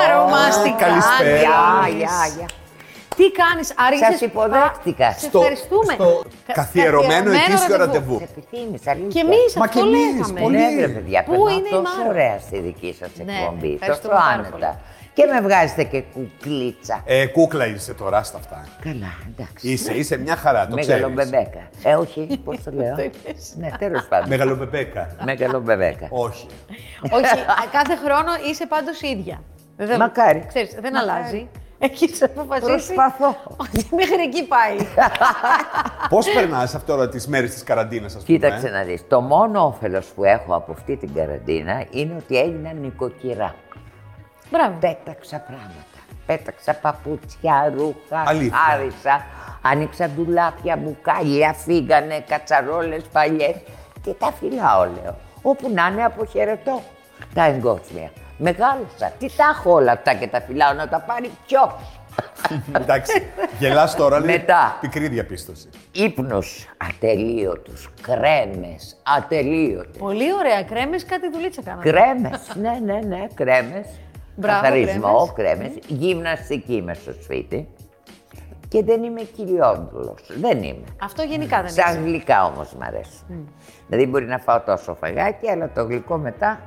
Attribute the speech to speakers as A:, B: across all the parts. A: Περαστικά.
B: Καλησπέρα.
A: Γεια,
B: Γεια,
A: γεια, γεια. Τι κάνεις, Άρη,
C: Σας
A: είσαι-
C: υποδέχτηκα.
A: Σε
B: Στο-
A: ευχαριστούμε.
B: στο
A: Κα-
B: καθιερωμένο ετήσιο ραντεβού.
C: Επιθύμησα, αλήθεια.
A: Και εμείς
B: Μα
A: αυτό
B: και εμείς,
A: λέγαμε.
B: πολύ.
C: Ναι, ρε παιδιά,
A: Πού
C: περνάω
A: είναι η
C: τόσο
A: Μάρα?
C: ωραία στη δική σας
A: Ναι,
C: εκπομπή.
A: ναι,
C: τόσο
A: ευχαριστούμε πάρα πολύ.
C: άνετα. Και με βγάζετε και κουκλίτσα.
B: Ε, κούκλα είσαι τώρα στα αυτά.
C: Καλά, εντάξει.
B: Είσαι, είσαι μια χαρά, το ξέρεις.
C: Μεγαλομπεμπέκα. Ε, όχι, πώς το λέω. ναι, τέλος πάντων.
B: Μεγαλομπεμπέκα.
C: Μεγαλομπεμπέκα.
B: Όχι.
A: Όχι, α, κάθε χρόνο είσαι πάντως η ίδια. Δεν,
C: Μακάρι.
A: Ξέρεις, δεν
C: Μακάρι.
A: αλλάζει. Έχεις αποφασίσει
C: Προσπαθώ.
A: ότι μέχρι εκεί πάει.
B: Πώς περνάς αυτό τώρα τις μέρες της καραντίνας, ας πούμε. ε?
C: Κοίταξε να δεις, το μόνο όφελος που έχω από αυτή την καραντίνα είναι ότι έγινα νοικοκυρά.
A: Μπράβο.
C: Πέταξα πράγματα. Πέταξα παπούτσια, ρούχα,
B: Αλήθεια.
C: χάρισα. Άνοιξα ντουλάπια, μπουκάλια, φύγανε, κατσαρόλες παλιές. Και τα φυλάω, λέω. Όπου να είναι, αποχαιρετώ τα εγκόσμια. Μεγάλωσα. Τι τα έχω όλα αυτά και τα φυλάω να τα πάρει ποιο.
B: Εντάξει, γελάς τώρα λέει,
C: Μετά.
B: Πικρή διαπίστωση.
C: Ύπνους ατελείωτους, κρέμες, ατελείωτες.
A: Πολύ ωραία. Κρέμες κάτι δουλίτσα κάναμε.
C: Κρέμες, ναι, ναι, ναι, κρέμες.
A: Μπράβο,
C: Καθαρισμό, κρέμες. Γυμναστική είμαι στο σπίτι. Και δεν είμαι κοιλιόδουλος, δεν είμαι.
A: Αυτό γενικά δεν
C: Σαν
A: είναι.
C: γλυκά όμως μ' αρέσουν. Δηλαδή μπορεί να φάω τόσο φαγάκι, αλλά το γλυκό μετά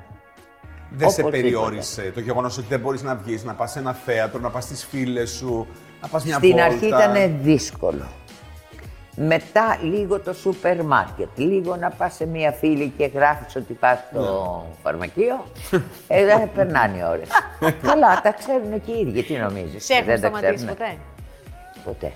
B: Δεν σε
C: Οπωσδήποτε.
B: περιόρισε το γεγονός ότι δεν μπορείς να βγεις, να πας σε ένα θέατρο, να πας στις φίλες σου, να πας μια
C: Στην
B: βόλτα.
C: αρχή ήταν δύσκολο. Μετά λίγο το σούπερ μάρκετ, λίγο να πας σε μία φίλη και γράφεις ότι πας στο
B: Ναι.
C: φαρμακείο, ε, δεν περνάνε οι ώρες. Καλά, τα ξέρουν και οι ίδιοι, τι νομίζεις.
A: Σε έχουν
C: δεν τα
A: σταματήσει
C: ξέρουνε.
A: ποτέ.
C: Ποτέ.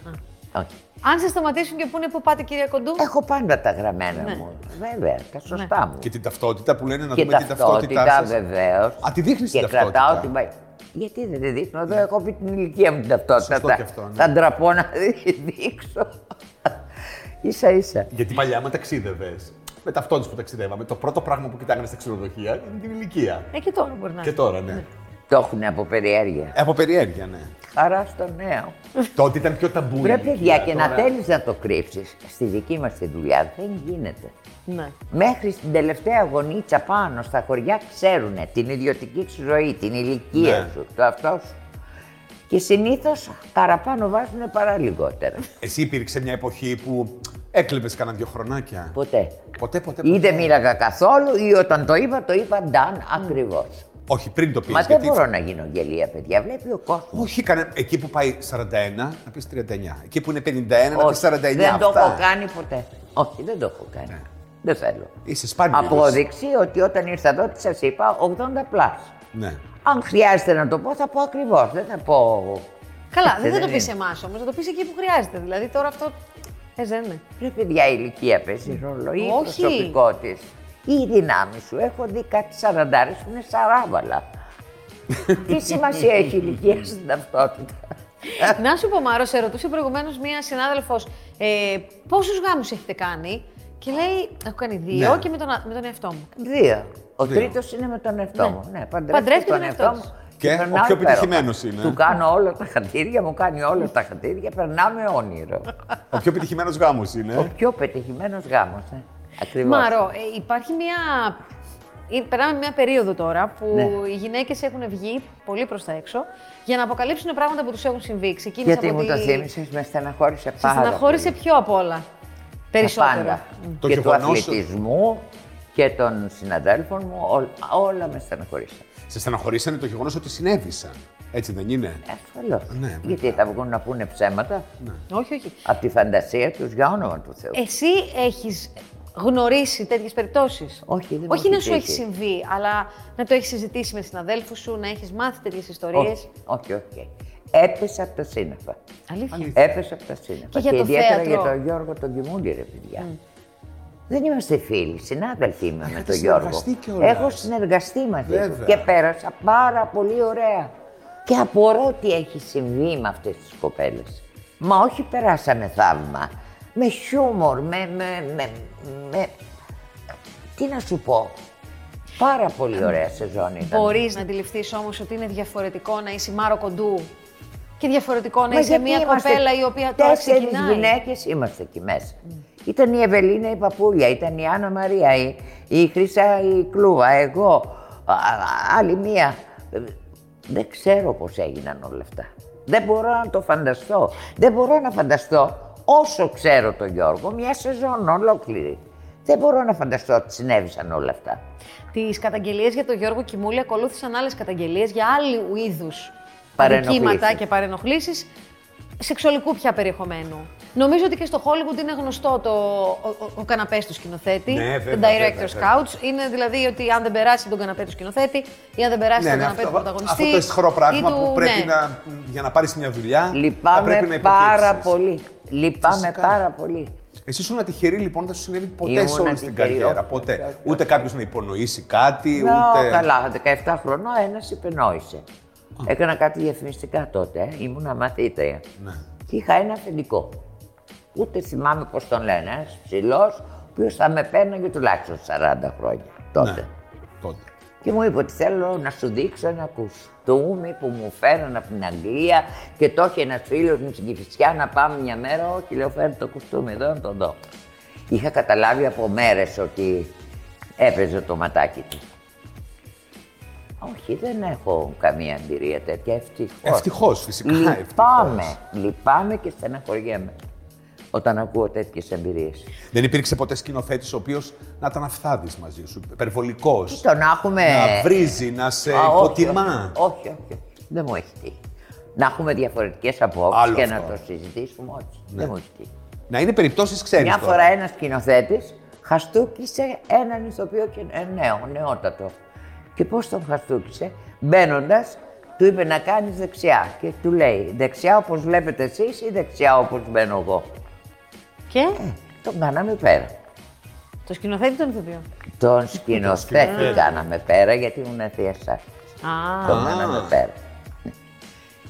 C: Όχι.
A: Αν σε σταματήσουν και πούνε που πάτε, κυρία Κοντού.
C: Έχω πάντα τα γραμμένα μου, βέβαια, τα σωστά μου.
B: Και την ταυτότητα που λένε να
C: Και
B: δούμε την ταυτότητά
C: ταυτότητα
B: σας.
C: βεβαίως.
B: Α, τη δείχνεις
C: Και
B: την ταυτότητα. Ναι.
C: κρατάω την πα- Γιατί δεν τη δείχνω, εδώ έχω πει την ηλικία μου την ταυτότητα.
B: Σωστό
C: θα,
B: και αυτό, ναι.
C: θα ντραπώ να τη δείξω. ίσα ίσα.
B: Γιατί παλιά με ταξίδευες. Με ταυτότητες που ταξιδεύαμε. Το πρώτο πράγμα που κοιτάγανε στα ξενοδοχεία είναι την ηλικία.
A: Ε, και τώρα μπορείς να
B: Και
A: είναι.
B: τώρα, ναι.
C: Το έχουν από περιέργεια.
B: Ε, Από περιέργεια, ναι.
C: Χαρά στο νέο.
B: Τότε ήταν πιο ταμπού. η
C: Βρε παιδιά,
B: ηλικία,
C: και
B: τώρα-
C: να θέλεις να το κρύψεις. Στη δική μας τη δουλειά δεν γίνεται.
A: Ναι.
C: Μέχρι στην τελευταία γωνίτσα πάνω στα χωριά ξέρουν την ιδιωτική σου ζωή, την ηλικία
B: Ναι.
C: σου, το αυτό σου. Και συνήθως παραπάνω βάζουν παρά λιγότερα.
B: Εσύ υπήρξε μια εποχή που έκλεβες κανένα δυο χρονάκια.
C: Ποτέ.
B: Ποτέ, ποτέ.
C: Ή
B: ποτέ.
C: δεν μίλαγα καθόλου, ή όταν το είπα, το είπα νταν ακριβώς.
B: Όχι, πριν το πεις.
C: Μα δεν μπορώ να γίνω γελία, παιδιά. Βλέπει ο κόσμος.
B: Όχι, κανέ... εκεί που πάει 41 να πεις 39. Εκεί που είναι 51 να πεις 49.
C: δεν το
B: αυτά. Ναι.
C: έχω κάνει ποτέ. Όχι, δεν το έχω κάνει. Δεν θέλω.
B: Είσαι σπάνιος.
C: Απόδειξη ότι όταν ήρθα εδώ, τι σας είπα, 80 πλάσ.
B: Ναι.
C: Αν χρειάζεται να το πω, θα πω ακριβώς. Δεν θα πω.
A: Καλά, δεν θα
C: Δεν
A: το πεις
C: είναι.
A: εμάς όμως, θα το πεις εκεί που χρειάζεται. Δηλαδή τώρα αυτό. Ε, δεν είναι.
C: Ρε παιδιά, η ηλικία παίζει ρόλο. Ή η
A: Όχι.
C: προσωπικό της. Ή η δυνάμεις σου. Έχω δει κάτι σαραντάρες που είναι σαράβαλα. Τι σημασία έχει η ηλικία στην ταυτότητα.
A: Να σου πω, Μάρο, σε ρωτούσε προηγουμένως μία συνάδελφος ε, πόσους γάμους έχετε κάνει. Και λέει, έχω κάνει δύο
B: Ναι.
A: και με τον, α- με τον εαυτό μου.
C: Δύο. Ο
B: Δύο.
C: τρίτος είναι με τον εαυτό μου. Ναι,
A: Παντρεύτηκε
C: παντρεύτηκε τον εαυτό μου.
B: Και ο
C: περνάω
B: πιο
C: υπέροχα.
B: επιτυχημένος είναι.
C: Του κάνω όλα τα χατήρια, μου κάνει όλα τα χατήρια, περνάμε όνειρο.
B: Ο πιο επιτυχημένος γάμος
C: Ο
B: είναι.
C: πιο πετυχημένος γάμος. Ναι. Ακριβώς.
A: Μάρο, ε, υπάρχει μία. ε, Περνάμε μια περίοδο τώρα που
C: Ναι.
A: οι γυναίκες έχουν βγει πολύ προς τα έξω για να αποκαλύψουν πράγματα που τους έχουν συμβεί. Ξεκίνησε
C: Γιατί
A: από
C: μου
A: τη...
C: το θύμισες, με στεναχώρησε
A: Σε
C: πάρα
A: στεναχώρησε
C: πολύ.
A: πιο απ' όλα.
C: Τα
A: Περισσότερο. Mm.
C: πάντα.
B: Το
C: και του
B: γεγονός ότι-
C: αθλητισμού και των συναδέλφων μου, ό- όλα με στεναχωρήσαν.
B: Σε στεναχωρήσανε το γεγονός ότι συνέβησαν. Έτσι δεν
C: Ε,
B: είναι.
C: Ασφαλώ.
B: Ναι,
C: Γιατί θα βγουν να πούνε ψέματα
A: Όχι, όχι.
C: από τη φαντασία τους για όνομα του Θεού.
A: Εσύ έχεις γνωρίσει τέτοιες περιπτώσεις.
C: Όχι, δεν μου
A: Όχι
C: έχει
A: να σου έχει
C: τύχει.
A: συμβεί, αλλά να το έχεις συζητήσει με συναδέλφους σου, να έχεις μάθει τέτοιες ιστορίες.
C: όχι, όχι, όχι. Έπεσα από τα σύννεφα.
A: Αλήθεια.
C: Έπεσα από τα σύννεφα.
A: Και για το
C: ιδιαίτερα
A: θέατρο.
C: για τον Γιώργο τον Κιμούλη, ρε παιδιά. Δεν είμαστε φίλοι, συνάδελφοι είμαι με
B: Έχετε
C: τον Γιώργο.
B: συνεργαστεί κιόλας.
C: Έχω συνεργαστεί μαζί του
B: Βέβαια.
C: και πέρασα πάρα πολύ ωραία. Και απορώ τι έχει συμβεί με αυτές τις κοπέλες. Μα όχι περάσαμε θαύμα. Με χιούμορ, με, με, με, με... Τι να σου πω. Πάρα πολύ ωραία σεζόν ήταν.
A: Μπορείς να αντιληφθείς όμως ότι είναι διαφορετικό να είσαι Μάρο Κοντού και διαφορετικό να
C: Μα
A: είσαι
C: γιατί
A: μια
C: είμαστε
A: κοπέλα η οποία τώρα
C: τέσσερις
A: ξεκινάει.
C: γυναίκες είμαστε εκεί μέσα. Ήταν η Ευελίνα η Παπούλια, ήταν η Άννα Μαρία, η, η Χρυσά η Κλούβα, εγώ, α- α- άλλη μία. Ε, Δεν ξέρω πώς έγιναν όλα αυτά. Δεν μπορώ να το φανταστώ. Δεν μπορώ να φανταστώ όσο ξέρω τον Γιώργο, μια σεζόν ολόκληρη. Δεν μπορώ να φανταστώ ότι συνέβησαν όλα αυτά.
A: Τις καταγγελίες για τον Γιώργο Κιμούλη ακολούθησαν άλλες καταγγελίες για άλλου είδους
C: Παρενοχλήσεις.
A: δικήματα και παρενοχλήσεις σεξουαλικού πια περιεχομένου. Νομίζω ότι και στο Hollywood είναι γνωστό το, ο, ο, ο καναπές του σκηνοθέτη.
B: Ναι, βέβαια,
A: the
B: βέβαια,
A: director's
B: βέβαια.
A: couch. Είναι δηλαδή ότι αν δεν περάσει τον καναπέ του σκηνοθέτη ή αν δεν περάσει τον καναπέ του
B: Ναι, αυτό,
A: πρωταγωνιστή.
B: αυτό το ισχυρό πράγμα
A: ή του-
B: που πρέπει
A: ναι.
B: να, για να πάρεις μια δουλειά. θα πρέπει να
C: Λυπάμαι πάρα
B: υποκύψεις.
C: πολύ. Λυπάμαι
B: Φυσικά.
C: πάρα πολύ.
B: Εσύ ήσουν τυχερή λοιπόν, δεν σου συνέβη ποτέ
C: Ήμουν
B: σε όλη την
C: τυχερή,
B: καριέρα.
C: όχι.
B: Ποτέ. Ούτε κάποιος να υπονοήσει κάτι,
C: Να,
B: ούτε.
C: καλά, 17 χρονών ένας υπενόησε. Έκανα κάτι διαφημιστικά τότε, ε. ήμουνα μαθήτρια.
B: Ναι.
C: Και είχα ένα αφεντικό. Ούτε θυμάμαι πώς τον λένε. Ένα ψηλός, ο οποίος θα με παίρναγε τουλάχιστον 40 χρόνια τότε.
B: Ναι. Τότε.
C: Και μου είπε ότι θέλω να σου δείξω ένα κουστούμι που μου φέραν από την Αγγλία και το έχει ένας φίλος μου στην Κυφυσιά να πάμε μια μέρα. Όχι, λέω φέρνει το κουστούμι εδώ να το δω. Είχα καταλάβει από μέρες ότι έπαιζε το ματάκι του. Όχι, δεν έχω καμία εμπειρία τέτοια. Ευτυχώς.
B: Ευτυχώς, φυσικά.
C: Λυπάμαι,
B: ευτυχώς.
C: λυπάμαι και στεναχωριέμαι όταν ακούω τέτοιες εμπειρίες.
B: Δεν υπήρξε ποτέ σκηνοθέτης ο οποίος να ήταν αυθάδης μαζί σου. Υπερβολικός.
C: Το να έχουμε.
B: Να βρίζει, να σε
C: Α, όχι,
B: υποτιμά.
C: Όχι, όχι, όχι. Δεν μου έχει τύχει. Να έχουμε διαφορετικές απόψεις
B: Άλλο
C: και
B: αυτό. Ναι.
C: να το συζητήσουμε όχι. Δεν μου έχει τύχει.
B: Να είναι περιπτώσεις, ξέρει.
C: Μια φορά ένας σκηνοθέτης χαστούκησε έναν ηθοποιό και ε, νέο, νεότατο. Και πώς τον χαστούκησε, μπαίνοντας, του είπε να κάνεις δεξιά. Και του λέει δεξιά όπως βλέπετε εσείς ή δεξιά όπως μπαίνω εγώ.
A: Και
B: Ε.
C: Τον κάναμε πέρα.
A: το σκηνοθέτη τον ηθοποιό.
B: Ε,
C: Τον σκηνοθέτη κάναμε πέρα γιατί ήμουν εθίαστα.
A: Α,
C: Τον κάναμε πέρα.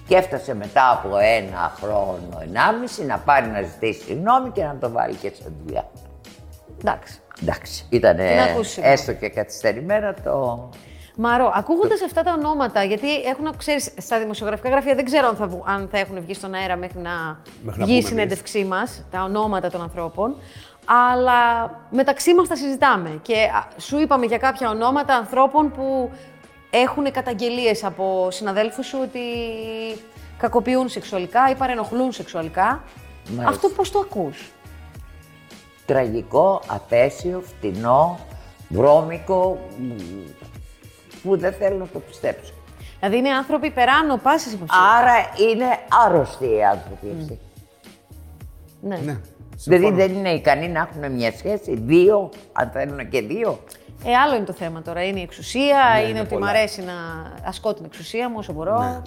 C: Και έφτασε μετά από ένα χρόνο, ενάμιση, να πάρει να ζητήσει συγγνώμη και να το βάλει και σε δουλειά.
A: εντάξει.
C: Εντάξει, ήταν
A: Είναι ακούσιμο.
C: έστω και καθυστερημένα το...
A: Μαρό, ακούγοντας αυτά τα ονόματα, γιατί έχουν, ξέρεις, στα δημοσιογραφικά γραφεία δεν ξέρω αν θα, βγου- αν θα έχουν βγει στον αέρα μέχρι να
B: Μέχρι να
A: βγει η
B: πούμε
A: συνέντευξή μας, τα ονόματα των ανθρώπων. Αλλά μεταξύ μας τα συζητάμε. Και α, σου είπαμε για κάποια ονόματα ανθρώπων που έχουν καταγγελίες από συναδέλφους σου ότι κακοποιούν σεξουαλικά ή παρενοχλούν σεξουαλικά.
C: Μάλιστα.
A: Αυτό πώς το ακούς.
C: τραγικό, απέσιο, φτηνό, βρώμικο, μ, που δεν θέλω να το πιστέψω.
A: Δηλαδή είναι άνθρωποι περάνω πάση υποψία.
C: Άρα είναι άρρωστοι οι άνθρωποι αυτοί.
A: Ναι.
B: Ναι.
C: Δηλαδή δεν είναι ικανοί να έχουν μια σχέση, δύο, αν θέλουν και δύο.
A: Ε, άλλο είναι το θέμα τώρα. Είναι η
C: Ναι,
A: εξουσία, είναι,
B: είναι
A: ότι
B: πολλά.
A: μου αρέσει να ασκώ την εξουσία μου όσο μπορώ.
B: Ναι.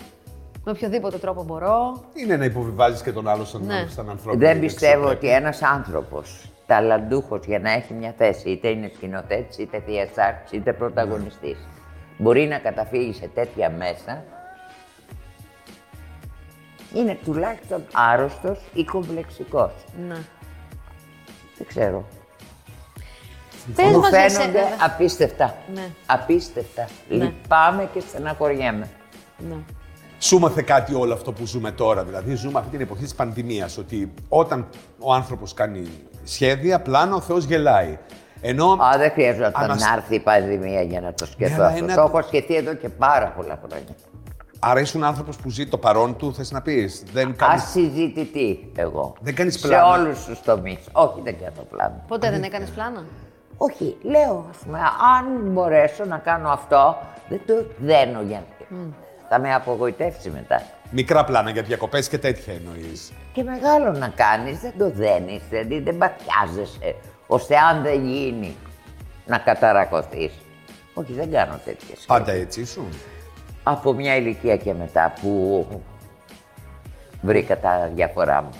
A: Με οποιοδήποτε τρόπο μπορώ.
B: Είναι να υποβιβάζεις και τον άλλο σαν,
A: Ναι.
B: σαν ανθρώπινο.
C: Δεν πιστεύω ότι ένας άνθρωπος ταλαντούχος για να έχει μια θέση, είτε είναι σκηνοθέτης, είτε θεατή, είτε πρωταγωνιστής, μπορεί να καταφύγει σε τέτοια μέσα. Είναι τουλάχιστον άρρωστος ή κομπλεξικός.
A: Ναι.
C: Δεν ξέρω.
A: Πες
C: Μου
A: μας για
C: φαίνονται
A: σένα.
C: απίστευτα.
A: Ναι.
C: Απίστευτα. Λυπάμαι και στεναχωριέμαι.
A: Ναι.
B: Σου μάθε κάτι όλο αυτό που ζούμε τώρα. Δηλαδή, ζούμε αυτή την εποχή της πανδημίας. Ότι όταν ο άνθρωπος κάνει σχέδια, πλάνα, ο Θεός γελάει. Ενώ.
C: Α, δεν χρειαζόταν
B: Ανασ-
C: να έρθει η πανδημία για να το σκεφτώ
B: αλλά
C: αυτό.
B: είναι-
C: Το έχω σκεφτεί εδώ και πάρα πολλά χρόνια.
B: Άρα ήσουν άνθρωπος που ζει το παρόν του, θες να πεις. Δεν κάνεις.
C: Ασυζητητή εγώ.
B: Δεν κάνεις
C: Σε
B: πλάνα.
C: όλους τους τομείς. Όχι, δεν κάνω πλάνα.
A: Ποτέ δεν έκανες πλάνα.
C: Όχι, λέω, ας πούμε, αν μπορέσω να κάνω αυτό, δεν το εκδένω για να. Θα με απογοητεύσει μετά.
B: Μικρά πλάνα για διακοπές και τέτοια εννοείς.
C: Και μεγάλο να κάνεις, δεν το δένεις, δηλαδή δεν παθιάζεσαι, ώστε αν δεν γίνει να καταρακωθείς. Όχι, δεν κάνω τέτοιες.
B: Πάντα έτσι ήσουν.
C: Από μια ηλικία και μετά που βρήκα τα διαφορά μου.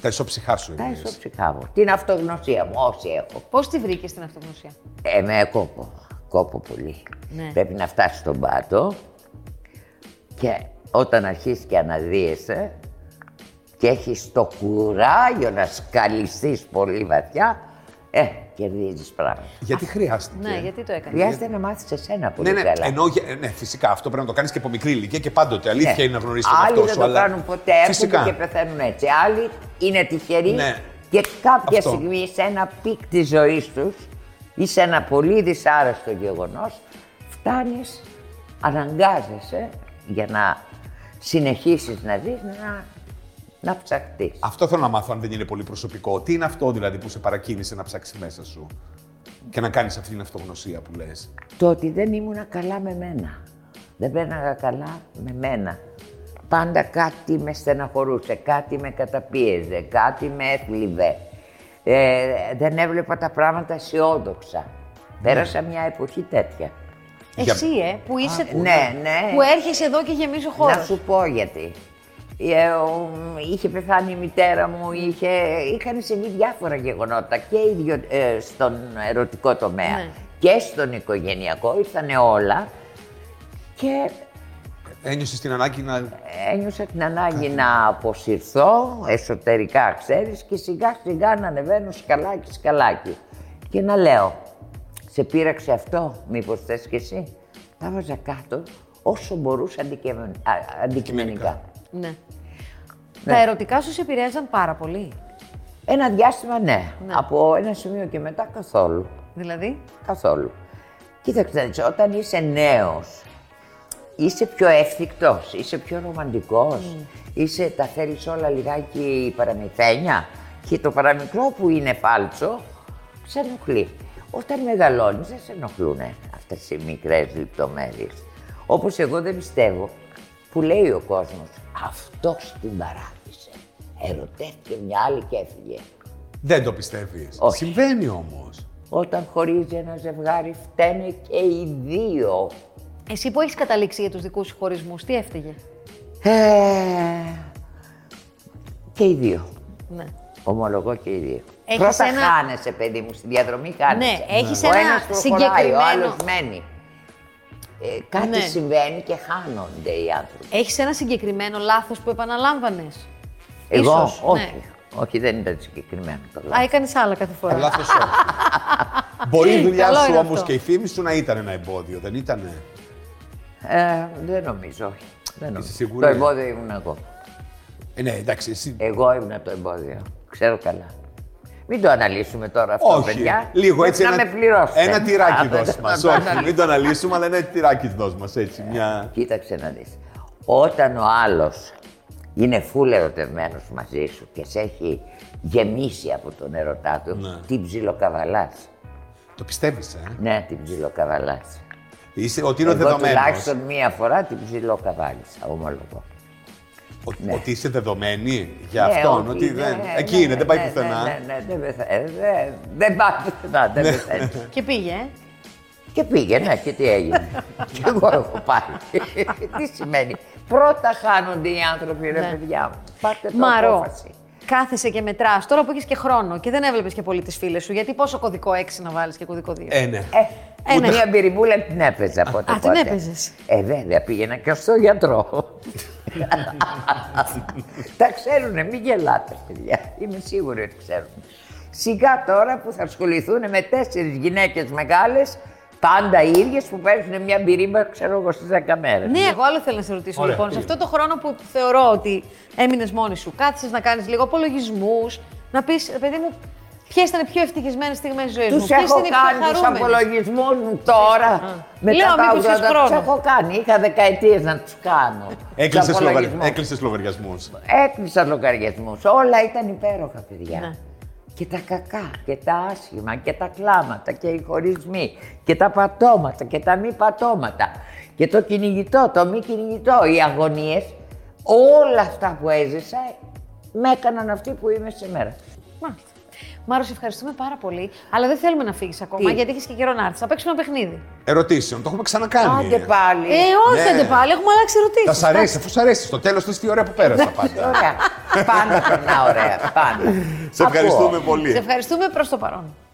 B: Τα ισοψυχά σου
C: Τα
B: εννοεί.
C: ισοψυχά μου, την αυτογνωσία μου, όσοι έχω.
A: Πώς τη βρήκες την αυτογνωσία.
C: Ε, με κόπο. Κόπο πολύ.
A: Ναι.
C: Πρέπει να φτάσεις στον πάτο και όταν αρχίσεις και αναδύεσαι και έχεις το κουράγιο να σκαλιστείς πολύ βαθιά, ε, κερδίζεις πράγματα.
B: Γιατί χρειάστηκε.
A: Ναι, γιατί το έκανες.
C: Χρειάζεται να μάθεις εσένα πολύ
B: Ναι, ναι,
C: καλά.
B: ενώ, γε- ναι, φυσικά αυτό πρέπει να το κάνεις και από μικρή ηλικία και πάντοτε. Αλήθεια
C: Ναι.
B: είναι να γνωρίσει τον
C: Άλλοι
B: εαυτό
C: δεν
B: σου.
C: το
B: αλλά-
C: κάνουν ποτέ, έρχονται
B: Φυσικά.
C: και πεθαίνουν έτσι. Άλλοι είναι τυχεροί
B: Ναι.
C: και κάποια
B: Αυτό.
C: στιγμή σε ένα πικ της ζωής τους ή σε ένα πολύ δυσάρεστο γεγονός φτάνεις αναγκάζεσαι για να συνεχίσεις να δεις, να, να ψαχτείς.
B: Αυτό θέλω να μάθω, αν δεν είναι πολύ προσωπικό. Τι είναι αυτό δηλαδή που σε παρακίνησε να ψάξεις μέσα σου και να κάνεις αυτή την αυτογνωσία που λες.
C: Το ότι δεν ήμουνα καλά με μένα. Δεν πέρναγα καλά με μένα. Πάντα κάτι με στεναχωρούσε, κάτι με καταπίεζε, κάτι με έθλιβε. Ε, δεν έβλεπα τα πράγματα αισιόδοξα. Πέρασα μια εποχή τέτοια.
B: Για-
A: Εσύ, ε, που είσαι. που-
C: ναι, ναι.
A: Που έρχεσαι εδώ και γεμίζεις ο χώρο.
C: Να σου πω γιατί. Ε, ο- Είχε πεθάνει η μητέρα μου, είχε, είχαν συμβεί διάφορα γεγονότα και ίδιο, ε, στον ερωτικό τομέα
A: Ναι.
C: και στον οικογενειακό, ήρθανε όλα και
B: Ένιωσες την ανάγκη να.
C: ένιωσα την ανάγκη να αποσυρθώ εσωτερικά, ξέρεις, και σιγά σιγά να ανεβαίνω σκαλάκι σκαλάκι. Και να λέω, σε πείραξε αυτό, μήπως θες κι εσύ. Τα βάζα κάτω όσο μπορούσα αντικειμεν- α, αντικειμενικά.
A: Ναι.
C: Ναι.
A: Τα ερωτικά σου σε επηρέαζαν πάρα πολύ.
C: Ένα διάστημα ναι.
A: Ναι.
C: Από ένα σημείο και μετά καθόλου.
A: Δηλαδή.
C: Καθόλου. Κοίταξε, να δεις, όταν είσαι νέος, είσαι πιο εύθυκτος, είσαι πιο ρομαντικός, είσαι, τα θέλεις όλα λιγάκι παραμυθένια και το παραμικρό που είναι φάλτσο, σε ενοχλεί. Όταν μεγαλώνεις δεν σε ενοχλούν αυτές οι μικρές λεπτομέρειες. Όπως εγώ δεν πιστεύω που λέει ο κόσμος, αυτός την παράτησε. Ερωτεύτηκε μια άλλη και έφυγε.
B: Δεν το πιστεύεις.
C: Όχι.
B: Συμβαίνει όμως.
C: Όταν χωρίζει ένα ζευγάρι, φταίνε και οι δύο.
A: Εσύ που έχεις καταλήξει για τους δικούς σου χωρισμούς, τι έφταιγε.
C: Ε, και οι δύο.
A: Ναι.
C: Ομολογώ και οι δύο.
A: Έχεις
C: Πρώτα
A: ένα-
C: χάνεσαι, παιδί μου, στη διαδρομή χάνεσαι.
A: Ναι, έχεις
C: Ο
A: ένα
C: ένας προχωράει,
A: συγκεκριμένο-
C: Ο άλλος μένει. Ε, κάτι
A: Ναι.
C: συμβαίνει και χάνονται οι άνθρωποι.
A: Έχεις ένα συγκεκριμένο λάθος που επαναλάμβανες.
C: Εγώ,
A: Ίσως,
C: όχι.
A: ναι.
C: Όχι, δεν ήταν συγκεκριμένο το λάθος.
A: Α, έκανες άλλα κάθε φορά.
B: Λάθος όχι. Μπορεί η δουλειά
A: Καλό
B: σου
A: είναι
B: όμως
A: αυτό.
B: και η φήμη σου να ήταν ένα εμπόδιο, δεν ήτανε.
C: Ε, δεν νομίζω, όχι. Δεν νομίζω. Το
B: σίγουρη?
C: εμπόδιο ήμουν εγώ.
B: Ε, ναι, εντάξει, εσύ.
C: Εγώ ήμουν το εμπόδιο. Ξέρω καλά. Μην το αναλύσουμε τώρα αυτό,
B: όχι.
C: παιδιά.
B: Λίγο έτσι.
C: Να
B: ένα,
C: με πληρώσετε.
B: ένα τυράκι
C: Α, δεν-
B: δώσ' μας.
C: να το
B: όχι,
C: αναλύσουμε.
B: μην το αναλύσουμε, αλλά ένα τυράκι δώσ' μας. Έτσι, μια.
C: Κοίταξε να δεις. Όταν ο άλλος είναι φουλ ερωτευμένος μαζί σου και σε έχει γεμίσει από τον ερωτά του,
B: Ναι.
C: την ψιλοκαβαλάς.
B: Το πιστεύεις, ε.
C: Ναι, την ψιλοκαβαλάς.
B: Είσαι, ότι είναι
C: Εγώ
B: δεδομένος.
C: τουλάχιστον μία φορά την ψιλοκαβάλισα, ομολογώ.
B: Ότι είσαι δεδομένη για
C: Ναι,
B: αυτόν.
C: όχι,
B: ότι δεν.
C: ναι,
B: Εκεί
C: ναι,
B: είναι, δεν πάει
C: ναι, ναι,
B: πουθενά. Ναι.
C: ναι, ναι, δεν πεθα- ε, δεν- Δεν πάει πουθενά, δεν πεθαίνει.
A: Και πήγε, ε.
C: Και πήγε, ναι, και τι έγινε. και εγώ έχω πάει. τι σημαίνει. Πρώτα χάνονται οι άνθρωποι, ρε
A: Ναι.
C: παιδιά μου. Πάρτε το
A: Μαρό.
C: απόφαση.
A: Κάθεσαι και μετράς. Τώρα που έχεις και χρόνο και δεν έβλεπες και πολύ τις φίλες σου, γιατί πόσο κωδικό 6 να βάλεις και κωδικό 2.
B: Ε, ναι.
C: Ε,
A: Ένα.
C: Μια μπυριμπούλα την έπαιζα από τότε.
A: Α, την έπαιζες.
C: Ε, βέβαια, πήγαινα και στο γιατρό. Τα ξέρουνε, μην γελάτε, παιδιά. Είμαι σίγουρη ότι ξέρουν. Σιγά τώρα που θα ασχοληθούν με τέσσερις γυναίκες μεγάλες, πάντα οι ίδιες που παίζουν μια μπυρίμπα, ξέρω εγώ, στις 10 μέρες.
A: Ναι, εγώ άλλο θέλω να σε ρωτήσω.
B: Ωραία,
A: λοιπόν, σε
B: πήγαινε.
A: αυτό το χρόνο που θεωρώ ότι έμεινες μόνη σου, κάθισε να κάνεις λίγο απολογισμούς, να πεις, παιδί μου, ποιες ήταν οι πιο ευτυχισμένες στιγμές της ζωής μου.
C: Του
A: ποιες
C: έχω
A: ήταν οι πιο
C: κάνει τους
A: χαρούμενες.
C: απολογισμούς μου τώρα. Μετά
A: Λέω,
C: τα
A: μήπως
C: 80,
A: έχεις χρόνο.
C: τους έχω κάνει. Είχα δεκαετίες να τους κάνω. Τους απολογισμούς.
B: Έκλεισες λογαριασμούς.
C: Έκλεισα λογαριασμούς. Όλα ήταν υπέροχα, παιδιά.
A: Ναι.
C: Και τα κακά, και τα άσχημα, και τα κλάματα, και οι χωρισμοί, και τα πατώματα, και τα μη πατώματα, και το κυνηγητό, το μη κυνηγητό, οι αγωνίες. Όλα αυτά που έζησα με έκαναν αυτή που είμαι σήμερα.
A: Μάλιστα. Μάρο, σε ευχαριστούμε πάρα πολύ. Αλλά δεν θέλουμε να φύγεις ακόμα,
C: Τι?
A: γιατί έχεις και καιρό να έρθεις. Θα παίξουμε ένα παιχνίδι.
B: Ερωτήσεων, το έχουμε ξανακάνει.
C: Άντε πάλι.
A: Ε, όχι,
B: Ναι.
A: δεν πάλι, έχουμε αλλάξει ερωτήσεις.
B: Θα σ' αρέσει, αφού σ' αρέσει. Στο τέλος τη, τι ωραία που πέρασα πάντα.
C: Ωραία. πάντα περνά ωραία. Πάντα.
B: Σε
C: Ακούω.
B: ευχαριστούμε
A: Σε
B: πολύ.
A: ευχαριστούμε προς το παρόν.